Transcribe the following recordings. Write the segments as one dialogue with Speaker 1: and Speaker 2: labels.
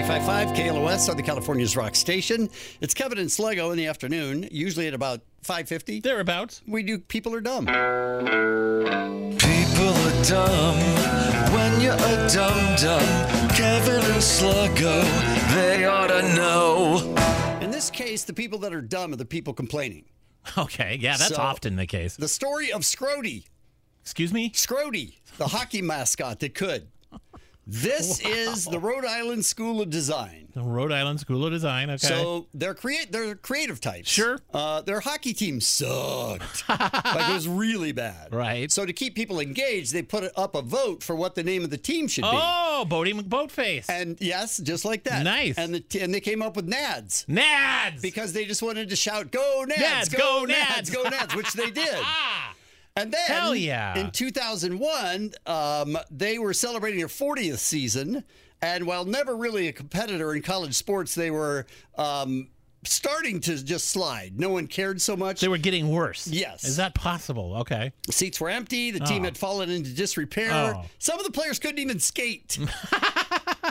Speaker 1: 955 KLOS, Southern California's rock station. It's Kevin and Sluggo in the afternoon, usually at about 5.50.
Speaker 2: Thereabouts.
Speaker 1: We do People Are Dumb.
Speaker 3: People are dumb when you're a dumb dumb. Kevin and Sluggo, they ought to know.
Speaker 1: In this case, the people that are dumb are the people complaining.
Speaker 2: Okay, yeah, that's
Speaker 1: So-
Speaker 2: often the case.
Speaker 1: The story of Scrody.
Speaker 2: Excuse me?
Speaker 1: Scrody, the hockey mascot that could. This is the Rhode Island School of Design.
Speaker 2: The Rhode Island School of Design. Okay.
Speaker 1: So they're create they're creative types.
Speaker 2: Sure.
Speaker 1: Uh, their hockey team sucked. like it was really bad.
Speaker 2: Right.
Speaker 1: So to keep people engaged, they put up a vote for what the name of the team should be.
Speaker 2: oh, Bodie McBoatface.
Speaker 1: And yes, just like that.
Speaker 2: Nice.
Speaker 1: And the t- and they came up with Nads.
Speaker 2: Nads.
Speaker 1: Because they just wanted to shout, "Go Nads!
Speaker 2: Nads, go Nads."
Speaker 1: Go Nads!" Which they did.
Speaker 2: ah,
Speaker 1: And then,
Speaker 2: Hell yeah.
Speaker 1: in 2001, um, they were celebrating their 40th season. And while never really a competitor in college sports, they were um, starting to just slide. No one cared so much.
Speaker 2: they were getting worse.
Speaker 1: Yes.
Speaker 2: Is that possible? Okay.
Speaker 1: Seats were empty. The team
Speaker 2: Oh.
Speaker 1: had fallen into disrepair.
Speaker 2: Oh.
Speaker 1: Some of the players couldn't even skate.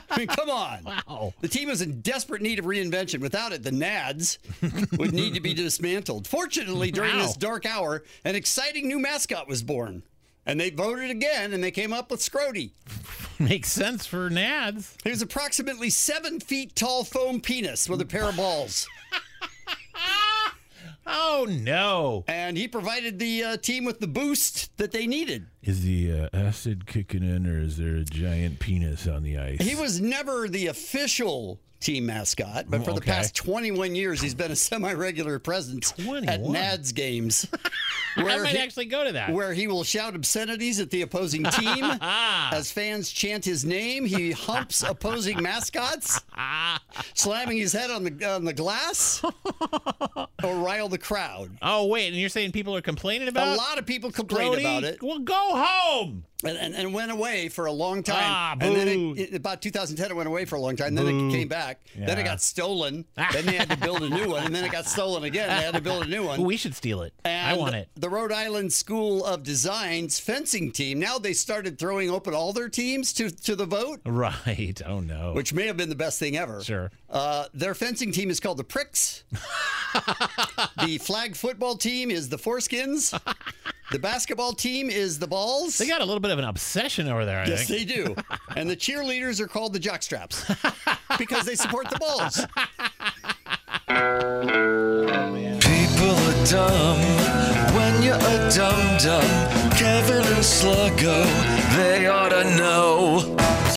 Speaker 1: I mean, come on.
Speaker 2: Wow.
Speaker 1: The team was in desperate need of reinvention. Without it, the Nads would need to be dismantled. Fortunately, during
Speaker 2: Wow.
Speaker 1: this dark hour, an exciting new mascot was born. And they voted again, and they came up with Scrody.
Speaker 2: Makes sense for Nads.
Speaker 1: He was approximately seven feet tall foam penis with a pair of balls.
Speaker 2: Oh, no.
Speaker 1: And he provided the uh, team with the boost that they needed.
Speaker 4: Is the uh, acid kicking in, or is there a giant penis on the ice?
Speaker 1: He was never the official team mascot, but for the
Speaker 2: Okay.
Speaker 1: past 21 years, he's been a semi regular presence at
Speaker 2: 21.
Speaker 1: NADS games. Where
Speaker 2: I might
Speaker 1: he-
Speaker 2: actually go to that.
Speaker 1: where he will shout obscenities at the opposing team. As fans chant his name, he humps opposing mascots, slamming his head on the on the glass, or rile the crowd.
Speaker 2: oh, wait. And you're saying people are complaining about
Speaker 1: A lot of people complained
Speaker 2: Uh, Brody?
Speaker 1: about it
Speaker 2: Well, go home.
Speaker 1: and, and, and went away for a long time.
Speaker 2: Ah,
Speaker 1: and then
Speaker 2: boo.
Speaker 1: it, it- about 2010, it went away for a long time. Then it came back. Then it
Speaker 2: Yeah.
Speaker 1: got stolen. then they had to build a new one. And then it got stolen again. They had to build a new one.
Speaker 2: Ooh, we should steal it. I
Speaker 1: And
Speaker 2: want it.
Speaker 1: The Rhode Island School of Design's fencing team. Now they started throwing open all their teams to, to the vote,
Speaker 2: Right. Oh, no.
Speaker 1: which may have been the best thing ever.
Speaker 2: Sure.
Speaker 1: Uh, their fencing team is called the Pricks. the flag football team is the Foreskins. The basketball team is the Balls.
Speaker 2: They got a little bit of an obsession over there, I
Speaker 1: yes,
Speaker 2: think.
Speaker 1: they do. And the cheerleaders are called the Jockstraps because they support the Balls.
Speaker 3: People are dumb when you're a dumb dumb. Kevin and Sluggo, they ought to know.